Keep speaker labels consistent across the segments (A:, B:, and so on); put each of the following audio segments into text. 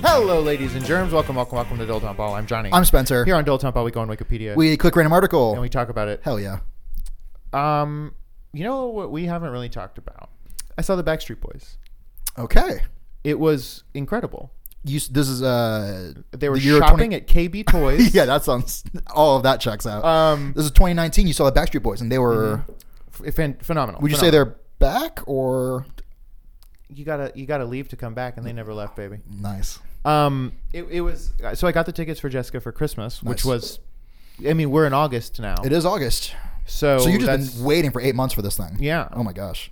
A: Hello, ladies and germs. Welcome, welcome, welcome to Dill Dump Ball. I'm Johnny.
B: I'm Spencer.
A: here on Dill Dump Ball. We go on Wikipedia
B: We click random article.
A: and we talk about it.
B: Hell yeah.
A: Um, you know what we haven't really talked about? I saw the Backstreet Boys.
B: Okay.
A: It was incredible.
B: You, s- this is uh
A: They were
B: the year
A: shopping at KB
B: 20
A: Toys.
B: yeah, that sounds. All of that checks out.
A: Um, Mm-hmm.
B: this is 2019. You saw the Backstreet Boys, and they were.
A: f- phen- phenomenal.
B: Would you say they're back or
A: you gotta you gotta leave to come back, and they never left, baby.
B: nice?
A: Um, it, it was so I got the tickets for Jessica for Christmas, which
B: Nice.
A: was, I mean, we're in August now.
B: It is August,
A: So,
B: so you've
A: that's,
B: just been waiting for eight months for this thing.
A: yeah.
B: Oh my gosh.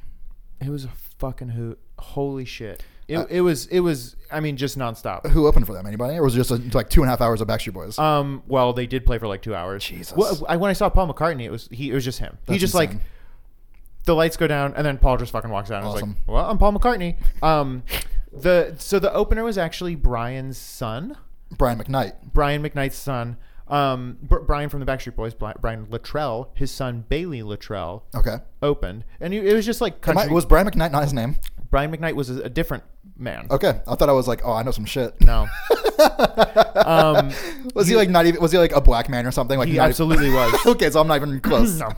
A: It was a fucking hoot. Holy shit. It,
B: Uh,
A: it was it was I mean just nonstop.
B: Who opened for them? Anybody? Or was it just uh, like two and a half hours of Backstreet Boys?
A: Um well they did play for like 2 hours.
B: Jesus.
A: Well, I when I saw Paul McCartney it was he it was just him. he
B: That's
A: just like
B: insane.
A: the lights go down and then Paul just fucking walks out and
B: Awesome.
A: was like, "Well, I'm Paul McCartney." Um the so the opener was actually Brian's son,
B: Brian McKnight.
A: Brian McKnight's son. Um Br- Brian from the Backstreet Boys, Bri- Brian Luttrell, his son Bailey Luttrell
B: Okay.
A: opened. And he- it was just like
B: Am I-
A: country.
B: was Brian McKnight not his name?
A: Brian McKnight was a, a different man.
B: Okay, I thought I was like, oh, I know some shit.
A: No. um,
B: Was he, like not even? Was he like a black man or something? Like
A: he
B: not even-
A: absolutely was.
B: okay, so I'm not even close.
A: No.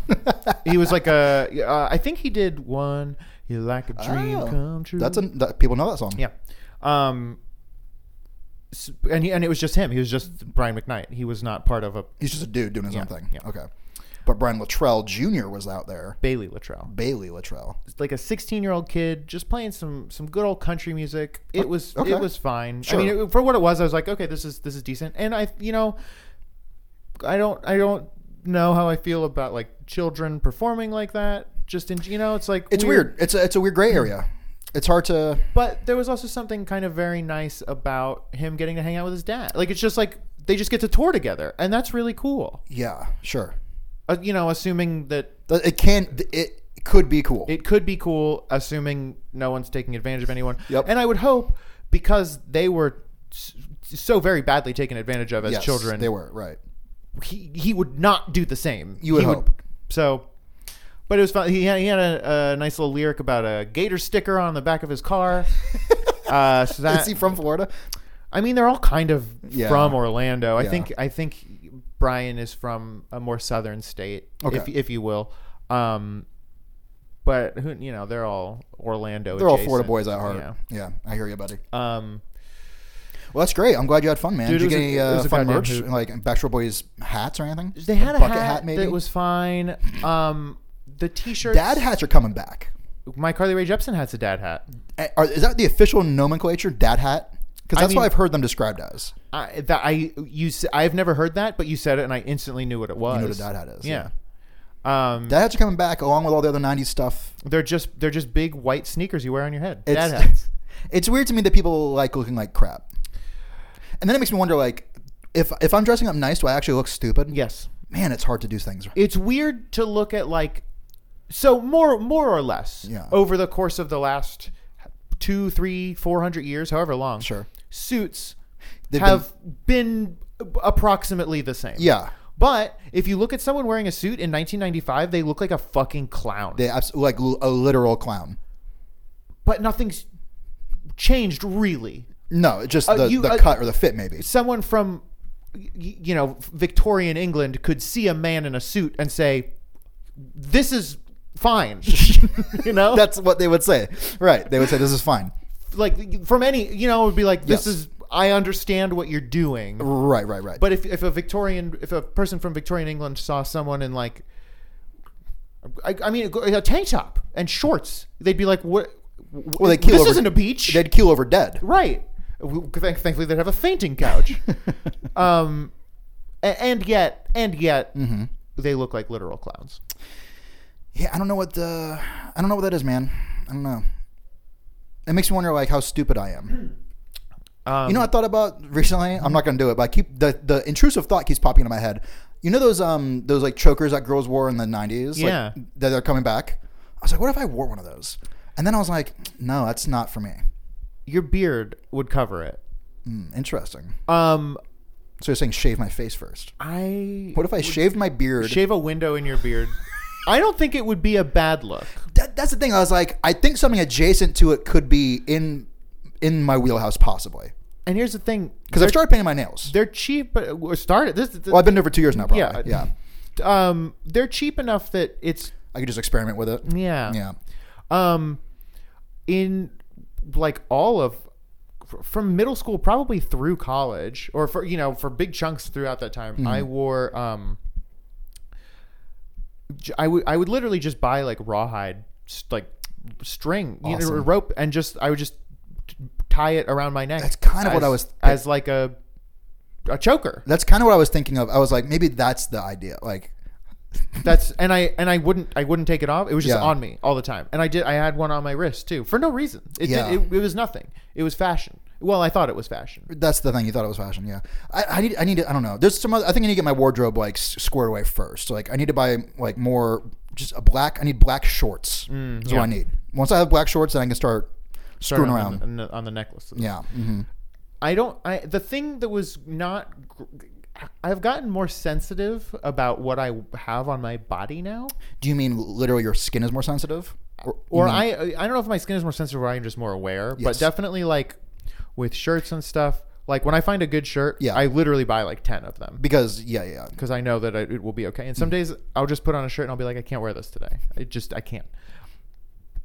A: He was like a. Uh, I think he did one. You like a dream
B: Oh,
A: come true.
B: That's a that, people know that song.
A: yeah. Um, s- and he, and it was just him. He was just Brian McKnight. He was not part of a
B: he's just a dude doing his
A: Yeah,
B: own thing.
A: yeah.
B: Okay, but Brian Luttrell Jr. was out there.
A: Bailey Luttrell,
B: Bailey Luttrell.
A: like a 16 year old kid, just playing some some good old country music. It was
B: Oh, okay.
A: it was fine.
B: Sure.
A: I mean, it, for what it was, I was like, okay, this is this is decent. And I, you know, I don't I don't know how I feel about like children performing like that. Just in you know, it's like
B: It's weird. It's a it's a weird gray area. It's hard to.
A: But there was also something kind of very nice about him getting to hang out with his dad. Like it's just like they just get to tour together, and that's really cool.
B: Yeah, sure.
A: Uh, you know, assuming that
B: Th- It can. It could be cool.
A: it could be cool, assuming no one's taking advantage of anyone.
B: Yep.
A: And I would hope because they were s- so very badly taken advantage of as
B: Yes,
A: children,
B: They were right.
A: he he would not do the same.
B: You would
A: he
B: hope.
A: so, but it was fun. He had, he had a, a nice little lyric about a gator sticker on the back of his car. uh, so that
B: Is he from Florida?
A: I mean, they're all kind of
B: Yeah.
A: from Orlando. I
B: Yeah.
A: think I think Brian is from a more southern state,
B: Okay.
A: if if you will. Um, but who you know, they're all Orlando.
B: They're all
A: adjacent.
B: Florida boys at heart.
A: Yeah.
B: Yeah. I hear you, buddy.
A: Um,
B: Well, that's great. I'm glad you had fun, man.
A: Dude, it
B: Did you
A: was
B: get
A: a-
B: any
A: it was
B: uh,
A: a
B: fun
A: goddamn
B: merch,
A: hoot.
B: like Backstreet Boys hats or anything?
A: they had a
B: bucket
A: hat,
B: maybe.
A: that was fine. Um, the T-shirts.
B: Dad hats are coming back.
A: My Carly Rae Jepsen has a dad hat.
B: Uh, Are, is that the official nomenclature, dad hat? Because
A: I
B: that's
A: mean-
B: what I've heard them described as.
A: I that I you s- I've never heard that, but you said it, and I instantly knew what it was.
B: You know what a dad hat is.
A: Yeah. Um,
B: Dad hats are coming back along with all the other 90s stuff.
A: they're just they're just big white sneakers you wear on your head.
B: It's,
A: dad hats.
B: it's weird to me that people like looking like crap. And then it makes me wonder, like, if, if I'm dressing up nice, do I actually look stupid?
A: Yes.
B: Man, it's hard to do things.
A: it's weird to look at like so more more or less
B: Yeah.
A: over the course of the last two three four hundred years however long
B: Sure.
A: suits
B: They've
A: have been, approximately the same
B: Yeah.
A: but if you look at someone wearing a suit in 1995 they look like a fucking clown
B: They abs- like l- a literal clown.
A: but nothing's changed really
B: No, it's just the,
A: you-
B: the
A: uh,
B: cut or the fit, maybe.
A: someone from y- you know Victorian England could see a man in a suit and say this is fine you know
B: That's what they would say. Right. They would say, this is fine.
A: like from any you know it would be like this
B: Yes.
A: is i understand what you're doing
B: Right, right, right.
A: but if, if a victorian if a person from victorian england saw someone in like i, I mean a tank top and shorts they'd be like what
B: Well, they
A: this
B: keel over-
A: isn't a beach
B: they'd keel over dead.
A: right W- thank- thankfully
B: Mm-hmm.
A: they'd have a fainting couch um a- and yet and yet they look like literal clowns.
B: Yeah, I don't know what the I don't know what that is, man. I don't know. It makes me wonder like how stupid I am.
A: Um,
B: you know, what I thought about recently. I'm not gonna do it, but I keep the the intrusive thought keeps popping into my head. You know those um those like chokers that girls wore in the '90s,
A: Yeah.
B: like, that are coming back. I was like, what if I wore one of those? And then I was like, no, that's not for me.
A: your beard would cover it.
B: Hmm, interesting.
A: Um,
B: So you're saying shave my face first?
A: I
B: What if I shaved my beard?
A: shave a window in your beard? I don't think it would be a bad look.
B: that, that's the thing. I was like, I think something adjacent to it could be in in my wheelhouse possibly.
A: And here's the thing,
B: Because I've started painting my nails.
A: they're cheap, but we're started this. this
B: Well, I've been there for two years now, probably. Yeah.
A: Um, they're cheap enough that it's
B: I could just experiment with it.
A: yeah.
B: Yeah.
A: Um, in like all of fr- from middle school probably through college or for you know for big chunks throughout that time i
B: Mm-hmm.
A: wore um j- i would i would literally just buy like rawhide s- like string you know, or
B: Awesome.
A: rope and just i would just t- tie it around my neck
B: That's kind of what
A: as-
B: I was-
A: as like a a choker
B: That's kind of what I was thinking of. I was like, maybe that's the idea. Like,
A: That's and I and I wouldn't I wouldn't take it off. It was just
B: Yeah.
A: on me all the time, and I did I had one on my wrist too for no reason. It
B: Yeah.
A: did, it, it was nothing. It was fashion. Well, I thought it was fashion.
B: that's the thing. You thought it was fashion. Yeah. I, I need, I need to, I don't know. There's some other, I think I need to get my wardrobe like s- squared away first. Like, I need to buy like more, just a black, I need black shorts. is
A: yeah.
B: what I need. Once I have black shorts, then I can start screwing
A: Sorry,
B: around.
A: on the, on the necklace.
B: yeah. hmm
A: I don't. I the thing that was not. gr- I've gotten more sensitive about what I have on my body now,
B: Do you mean literally your skin is more sensitive? Or,
A: or I I don't know if my skin is more sensitive or I'm just more aware, but
B: Yes.
A: definitely like with shirts and stuff. Like when I find a good shirt,
B: Yeah.
A: I literally buy like ten of them.
B: because, yeah, yeah.
A: because I know that it it will be okay. And some days I'll just put on a shirt and I'll be like, I can't wear this today. I just I can't.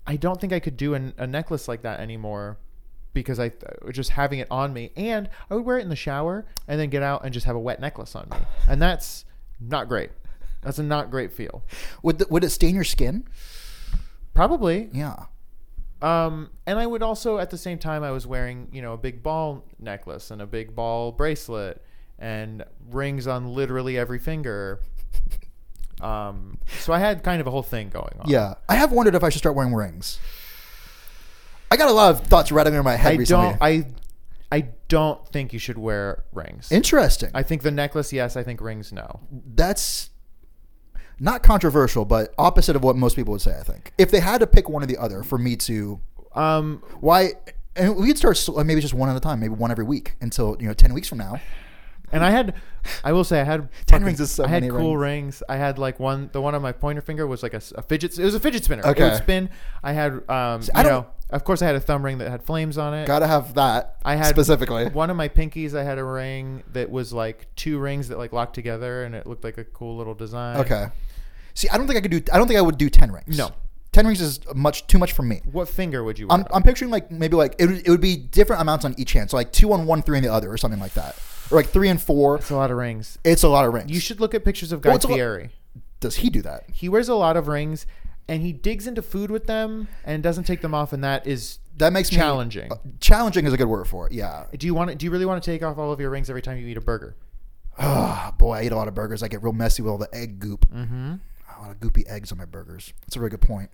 A: I don't think I could do an, a necklace like that anymore because I uh, just having it on me and I would wear it in the shower and then get out and just have a wet necklace on me. And that's not great. That's a not great feel.
B: Would, the, would it stain your skin?
A: Probably.
B: Yeah.
A: Um, and I would also, at the same time, I was wearing, you know, a big ball necklace and a big ball bracelet and rings on literally every finger. Um, so I had kind of a whole thing going on.
B: Yeah, I have wondered if I should start wearing rings. I got a lot of thoughts rattling in my head
A: I
B: recently.
A: don't, I, I don't think you should wear rings.
B: Interesting.
A: I think the necklace, yes. I think rings, no.
B: That's not controversial, but opposite of what most people would say. I think if they had to pick one or the other for me to
A: Um,
B: why, and we could start sl- maybe just one at a time, maybe one every week until you know ten weeks from now.
A: And I had, I will say, I had
B: Ten
A: fucking-
B: rings is so
A: I had
B: many
A: cool rings. I had like one. The one on my pointer finger was like a, s- a fidget. It was a fidget spinner. It
B: Okay.
A: would spin. I had, um,
B: I
A: you
B: don't-
A: know, of course, I had a thumb ring that had flames on it.
B: Gotta have that.
A: I had
B: specifically.
A: one of my pinkies. I had a ring that was like two rings that like locked together, and it looked like a cool little design.
B: Okay. See, I don't think I could do. I don't think I would do ten rings.
A: No.
B: ten rings is much too much for me.
A: What finger would you?
B: I'm,
A: want?
B: I'm picturing like maybe like it, would- it would be different amounts on each hand, so like two on one, three on the other, or something like that, or like three and four.
A: That's a lot of rings.
B: It's a lot of rings.
A: You should look at pictures of Guy
B: Well, it's a lo-
A: Fieri.
B: Does he do that?
A: He wears a lot of rings, and he digs into food with them and doesn't take them off, and that is
B: That makes me-
A: challenging.
B: uh, challenging is a good word for it. Yeah.
A: Do you want to, Do you really want to take off all of your rings every time you eat a burger?
B: Oh, boy, I eat a lot of burgers. I get real messy with all the egg goop. Mm-hmm. A lot of goopy eggs on my burgers. That's a really good point.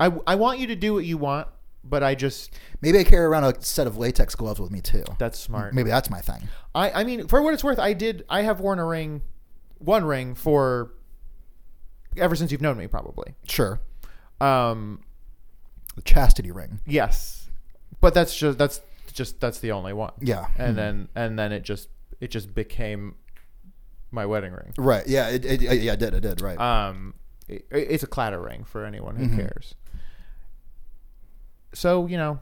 A: I, I want you to do what you want, but I just
B: Maybe I carry around a set of latex gloves with me too.
A: that's smart.
B: Maybe that's my thing.
A: I I mean, for what it's worth, I did. I have worn a ring, one ring for ever since you've known me, probably.
B: Sure.
A: Um,
B: The chastity ring.
A: yes, but that's just that's just that's the only one.
B: Yeah.
A: and then and then it just it just became my wedding ring.
B: Right. Yeah. It, it, yeah. I did. I did. Right.
A: um, it, it's a clatter ring for anyone who
B: Mm-hmm.
A: cares. So you know,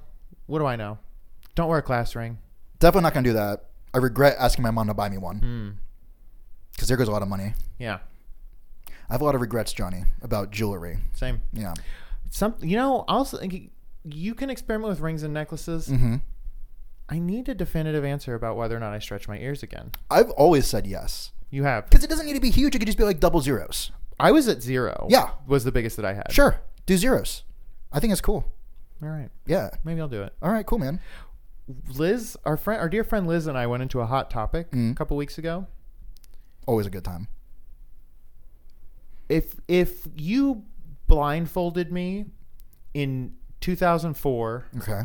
A: what do I know? Don't wear a class ring.
B: Definitely not gonna do that. I regret asking my mom to buy me one. Because there goes a lot of money.
A: Yeah,
B: I have a lot of regrets, Johnny, about jewelry.
A: same.
B: Yeah.
A: Some you know also you can experiment with rings and necklaces.
B: hmm
A: I need a definitive answer about whether or not I stretch my ears again.
B: I've always said yes.
A: You have.
B: Because it doesn't need to be huge. It could just be like double zeros.
A: I was at zero.
B: Yeah.
A: was the biggest that I had.
B: Sure. Do zeros. I think it's cool.
A: All right.
B: Yeah.
A: Maybe I'll do it.
B: All right. Cool, man.
A: Liz, our friend, our dear friend Liz, and I
B: Mm.
A: went into a hot topic a couple weeks ago.
B: Always a good time.
A: if if you blindfolded me in 2004,
B: Okay.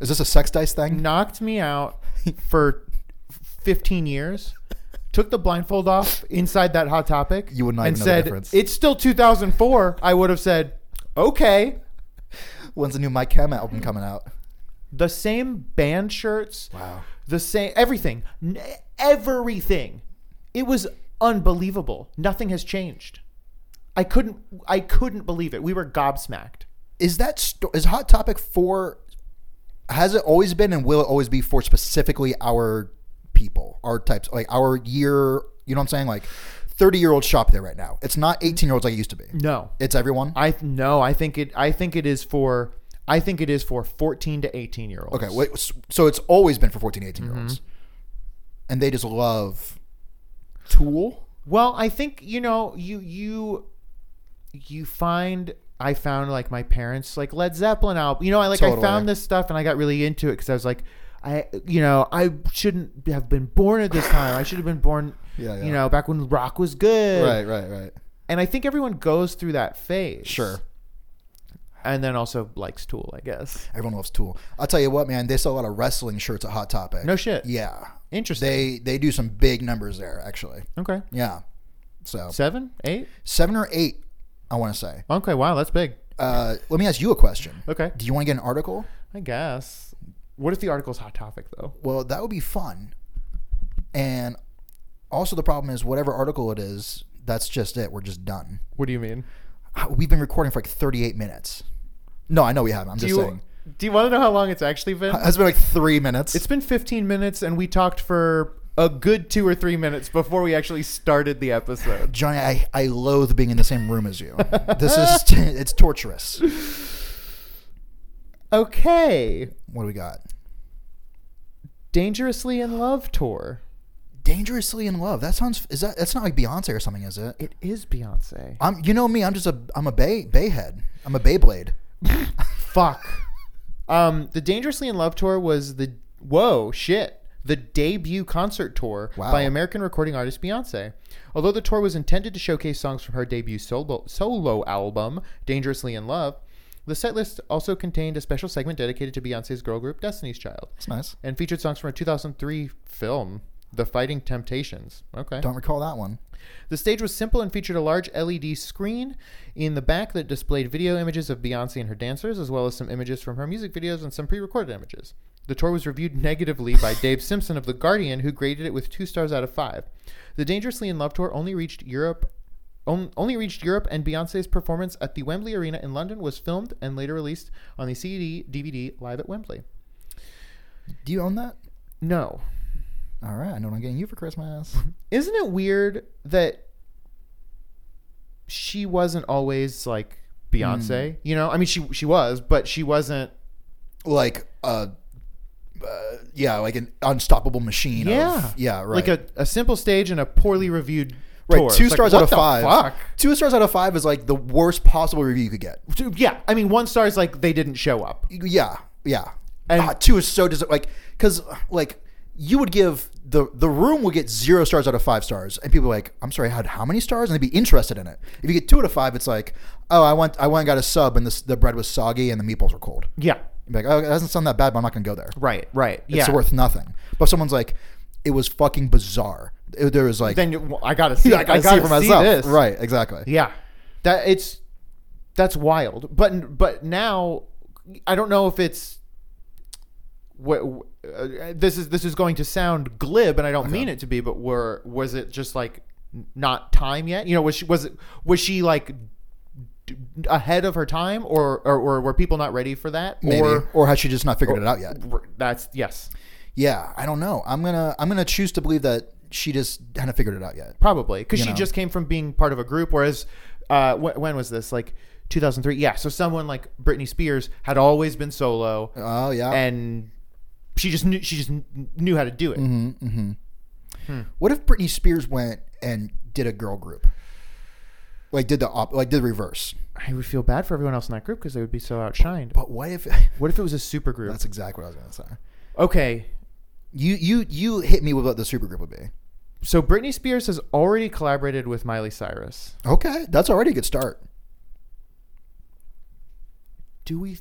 B: Is this a sex dice thing?
A: knocked me out for 15 years, took the blindfold off inside that hot topic,
B: You would not
A: and
B: even know the
A: said
B: difference.
A: it's still 2004, I would have said okay.
B: When's the new Mike Cam album coming out?
A: The same band shirts,
B: Wow.
A: the same everything, N- everything. It was unbelievable. Nothing has changed. I couldn't I couldn't believe it. We were gobsmacked.
B: Is that sto- is Hot Topic for? Has it always been and will it always be for specifically our people, our types, like our year? You know what I'm saying? Like, thirty year old shop there right now. It's not eighteen year olds like it used to be.
A: No.
B: It's everyone.
A: I th- no, I think it I think it is for I think it is for 14 to 18 year olds.
B: Okay, wait, s- so it's always been for 14, 18 year olds. And they just love Tool?
A: Well, I think you know you you you find I found like my parents like Led Zeppelin album. You know, I like I
B: Totally.
A: found this stuff and I got really into it because I was like, I you know I shouldn't have been born at this time. I should have been born,
B: Yeah, yeah.
A: you know, back when rock was good.
B: Right, right, right.
A: And I think everyone goes through that phase.
B: Sure.
A: And then also likes Tool, I guess.
B: Everyone loves Tool. I'll tell you what, man, they sell a lot of wrestling shirts at Hot Topic.
A: No shit.
B: Yeah.
A: Interesting.
B: They they do some big numbers there, actually.
A: okay.
B: Yeah. So
A: Seven, eight.
B: seven or eight, I want to say.
A: Okay. Wow, that's big.
B: Uh, let me ask you a question.
A: Okay.
B: Do you want to get an article?
A: I guess. What if the article's hot topic though?
B: Well, that would be fun. And also, the problem is, whatever article it is, that's just it. We're just done.
A: What do you mean?
B: Uh, We've been recording for like 38 minutes. No, I know we haven't. I'm
A: Do
B: just
A: you,
B: saying.
A: do you want to know how long it's actually been?
B: It's been like three minutes.
A: It's been 15 minutes, and we talked for a good two or three minutes before we actually started the episode.
B: Johnny, I, I loathe being in the same room as you. this is it's torturous.
A: Okay.
B: What do we got?
A: Dangerously in Love tour.
B: Dangerously in love. That sounds is that that's not like Beyonce or something, is it?
A: It is Beyonce.
B: I'm you know me. I'm just a I'm a bay bay head. I'm a Beyblade.
A: Fuck. Um, the Dangerously in Love tour was the whoa shit the debut concert tour
B: Wow.
A: by American recording artist Beyonce. Although the tour was intended to showcase songs from her debut solo solo album Dangerously in Love, the setlist also contained a special segment dedicated to Beyonce's girl group Destiny's Child
B: It's nice.
A: and featured songs from a 2003 film. The Fighting Temptations. Okay.
B: Don't recall that one.
A: The stage was simple and featured a large LED screen in the back that displayed video images of Beyonce and her dancers, as well as some images from her music videos and some pre recorded images. The tour was reviewed negatively by Dave Simpson of The Guardian, who graded it with two stars out of five. The Dangerously in Love tour only reached Europe. on- Only reached Europe, and Beyonce's performance at the Wembley Arena in London was filmed and later released on the CD DVD Live at Wembley.
B: Do you own that?
A: No,
B: All right, I know what I'm getting you for Christmas.
A: isn't it weird that she wasn't always like Beyonce? You know, I mean, she she was, but she wasn't.
B: like uh, uh, yeah, like an unstoppable machine. of-
A: Yeah.
B: yeah, right.
A: Like a, a simple stage and a poorly reviewed
B: Right,
A: tour.
B: two
A: It's like,
B: stars
A: what
B: out of
A: the
B: five.
A: fuck?
B: Two stars out of five is like the worst possible review you could get.
A: Two- Yeah, I mean, one star is like they didn't show up.
B: Yeah, yeah.
A: And-
B: Ah, two is so dis- like because like you would give the the room would get zero stars out of five stars, and people are like, I'm sorry, I had how many stars? And they'd be interested in it. If you get two out of five, it's like, oh, I went I went and got a sub, and the s- the bread was soggy, and the meatballs were cold.
A: Yeah,
B: You'd be like, oh, that doesn't sound that bad, but I'm not gonna go there.
A: right, right. Yeah,
B: It's worth nothing. But if someone's like, it was fucking bizarre. It- there was like,
A: then you, well, I gotta see. it.
B: like,
A: I gotta see, this.
B: Right, exactly.
A: Yeah, that it's that's wild. But but now I don't know if it's what uh, this is. This is going to sound glib, and I don't mean it to be. But were was it just like n- not time yet? You know, was she was it was she like d- ahead of her time, or or, or were people not ready for that?
B: Maybe. Or,
A: Or
B: or has she just not figured it out yet?
A: that's yes,
B: Yeah, I don't know. I'm gonna I'm gonna choose to believe that she just hadn't figured it out yet.
A: probably because
B: You
A: she
B: know.
A: just came from being part of a group whereas uh, wh- when was this like 2003 yeah so someone like britney spears had always been solo
B: Oh yeah.
A: and she just knew she just kn- knew how to do it
B: Mm-hmm. what if Britney Spears went and did a girl group? Like did the op- like did the reverse?
A: i would feel bad for everyone else in that group because they would be so outshined
B: But what if?
A: what if it was a super group
B: That's exactly what I was gonna say.
A: okay
B: You you you hit me with what the super group would be.
A: So Britney Spears has already collaborated with Miley Cyrus.
B: Okay, that's already a good start.
A: Do we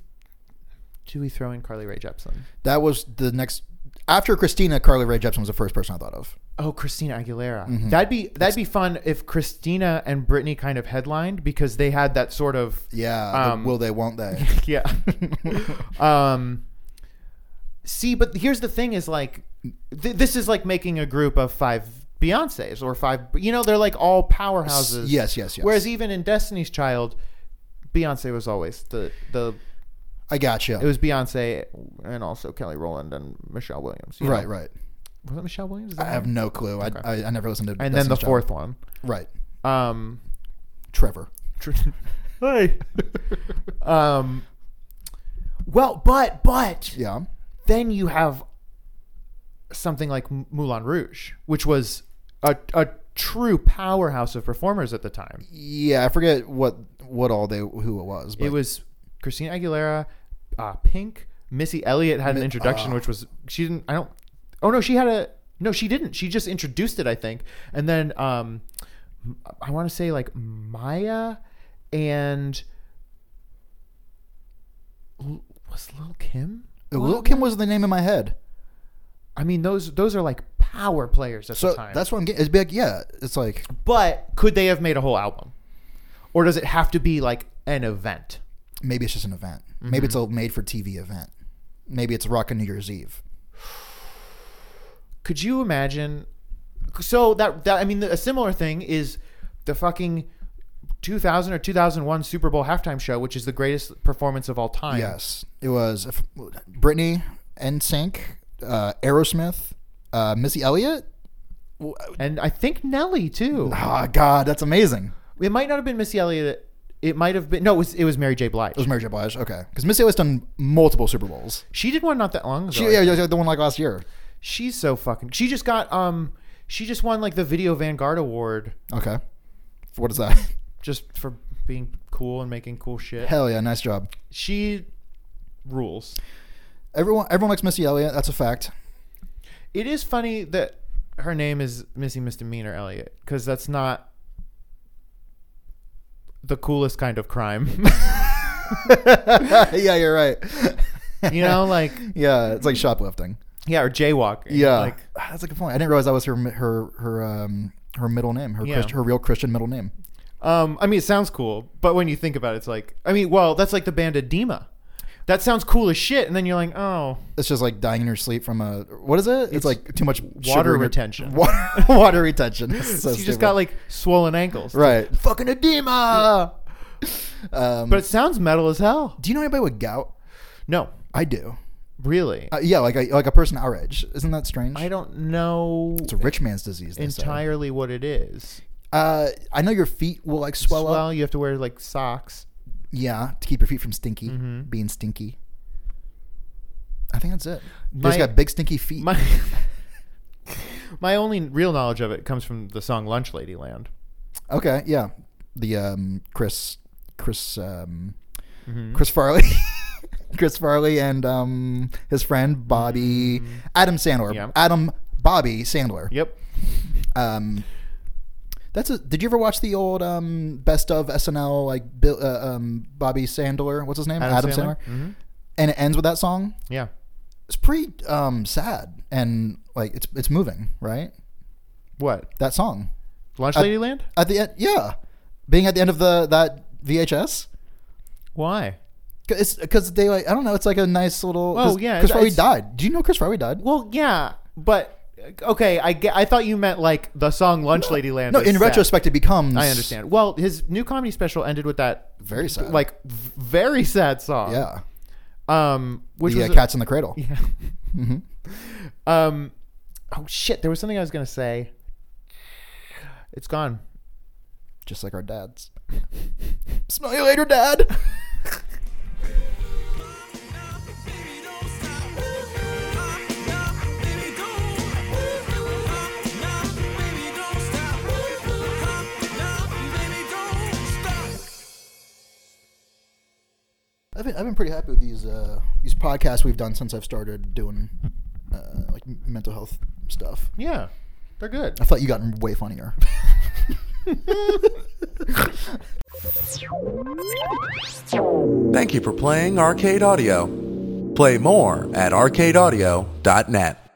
A: do we throw in Carly Rae Jepsen?
B: That was the next after Christina. Carly Rae Jepsen was the first person I thought of.
A: Oh, Christina Aguilera.
B: Mm-hmm.
A: That'd be that'd be fun if Christina and Britney kind of headlined because they had that sort of
B: Yeah, the
A: Um,
B: will they? Won't they?
A: yeah. um, see, but here's the thing: is like, th- this is like making a group of five Beyonces or five. You know, they're like all powerhouses.
B: yes, yes, yes.
A: Whereas even in Destiny's Child, Beyonce was always the the.
B: I gotcha.
A: It was Beyonce and also Kelly Rowland and Michelle Williams. you know?
B: right, right.
A: Was it Michelle Williams? Is
B: I
A: that
B: have
A: her?
B: no clue. I, I, I never listened to.
A: And then the
B: Destiny's Child.
A: fourth one.
B: Right,
A: Um,
B: Trevor.
A: hey. um. Well, but but
B: Yeah.
A: then you have something like M- Moulin Rouge, which was a, a true powerhouse of performers at the time.
B: Yeah, I forget what what all they who it was. But
A: It was Christina Aguilera, uh, Pink, Missy Elliott had an
B: uh.
A: introduction, which was she didn't. I don't. Oh no, she had a no. She didn't. She just introduced it, I think, and then um, I want to say like Maya and L- was Lil Kim.
B: Lil Kim was the name in my head.
A: I mean, those those are like power players at
B: So
A: the time.
B: that's what I'm getting. It's big. Yeah, it's like
A: But could they have made a whole album? Or does it have to be like an event?
B: maybe it's just an event. Maybe it's a made for TV event. Maybe it's rockin' New Year's Eve.
A: Could you imagine? So that that I mean a similar thing is the fucking 2000 or 2001 Super Bowl halftime show, which is the greatest performance of all time.
B: Yes, it was if- Britney, NSYNC, uh, Aerosmith, uh, Missy Elliott. W-
A: And I think Nelly too.
B: Ah, God, that's amazing.
A: It might not have been Missy Elliott. It might have been no. It was it was Mary J. Blige.
B: It was Mary J. Blige. Okay, because Missy Elliott's done multiple Super Bowls.
A: She did one not that long ago.
B: She, yeah, yeah, yeah, the one like last year.
A: She's so fucking. She just got um. She just won like the Video Vanguard Award
B: Okay, what is that?
A: just for being cool and making cool shit.
B: Hell yeah, nice job.
A: she rules.
B: Everyone, everyone likes Missy Elliott. That's a fact.
A: It is funny that her name is Missy Misdemeanor Elliot because that's not the coolest kind of crime.
B: yeah, you're right.
A: you know, like
B: yeah, it's like shoplifting.
A: yeah, or jaywalking.
B: Yeah, Ah,
A: like
B: that's a good point. I didn't realize that was her her her um her middle name, her
A: Yeah.
B: Christ, her real Christian middle name.
A: um, I mean, it sounds cool, but when you think about it, it's like I mean, well, that's like the band Edema. That sounds cool as shit, and then you're like, oh,
B: It's just like dying in your sleep from a what is it? It's, like too much sugar
A: water
B: in your-
A: retention.
B: Water, water retention. It's
A: so
B: So
A: you just
B: stupid.
A: got like swollen ankles, Uh,
B: right fucking edema. Um,
A: But it sounds metal as hell.
B: do you know anybody with gout?
A: No,
B: I do.
A: really,
B: Uh, yeah, like a, like a person our age. Isn't that strange?
A: I don't know
B: it's a rich man's disease. They say.
A: entirely what it is.
B: Uh, I know your feet will like swell,
A: swell.
B: up.
A: You have to wear like socks.
B: Yeah, to keep your feet from stinky,
A: Mm-hmm.
B: being stinky. I think that's it. they just
A: My-
B: got big stinky feet.
A: My my only real knowledge of it comes from the song Lunch Lady Land.
B: okay, yeah. The um, Chris, Chris, um,
A: Mm-hmm. Hmm?
B: Chris Farley, Chris Farley, and um, his friend Bobby Adam Sandler.
A: Mm-hmm. Yeah.
B: Adam Bobby Sandler.
A: Yep.
B: Um, that's a, did you ever watch the old um, best of SNL like Bill, uh, um, Bobby Sandler? What's his name?
A: Adam Sandler? Mhm.
B: And it ends with that song.
A: Yeah.
B: it's pretty um, sad and like it's it's moving, right?
A: What?
B: That song
A: Lunch
B: I-
A: Lady Land?
B: at the end, yeah, being at the end of the that VHS,
A: Why?
B: it's because they like I don't know, it's like a nice little.
A: Oh,
B: 'cause
A: yeah,
B: Chris
A: it's-
B: Farley
A: it's-
B: died. Do you know Chris Farley died?
A: Well, yeah, but uh, okay. I ge- I thought you meant like the song Lunch Lady Land.
B: no,
A: is
B: in
A: sad.
B: retrospect, it becomes.
A: I understand. Well, his new comedy special ended with that
B: Very sad.
A: like v- very sad song.
B: Yeah,
A: Um, which
B: the uh,
A: was a-
B: Cats in the Cradle. Mm-hmm.
A: Yeah. Um. Oh shit! There was something I was gonna say. It's gone.
B: just like our dads. Smell you later, Dad. I've been, I've been pretty happy with these uh, these podcasts we've done since I've started doing uh, like m- mental health stuff.
A: Yeah. They're good.
B: I thought you got way funnier.
C: Thank you for playing Arcade Audio. Play more at arcadeaudio.net.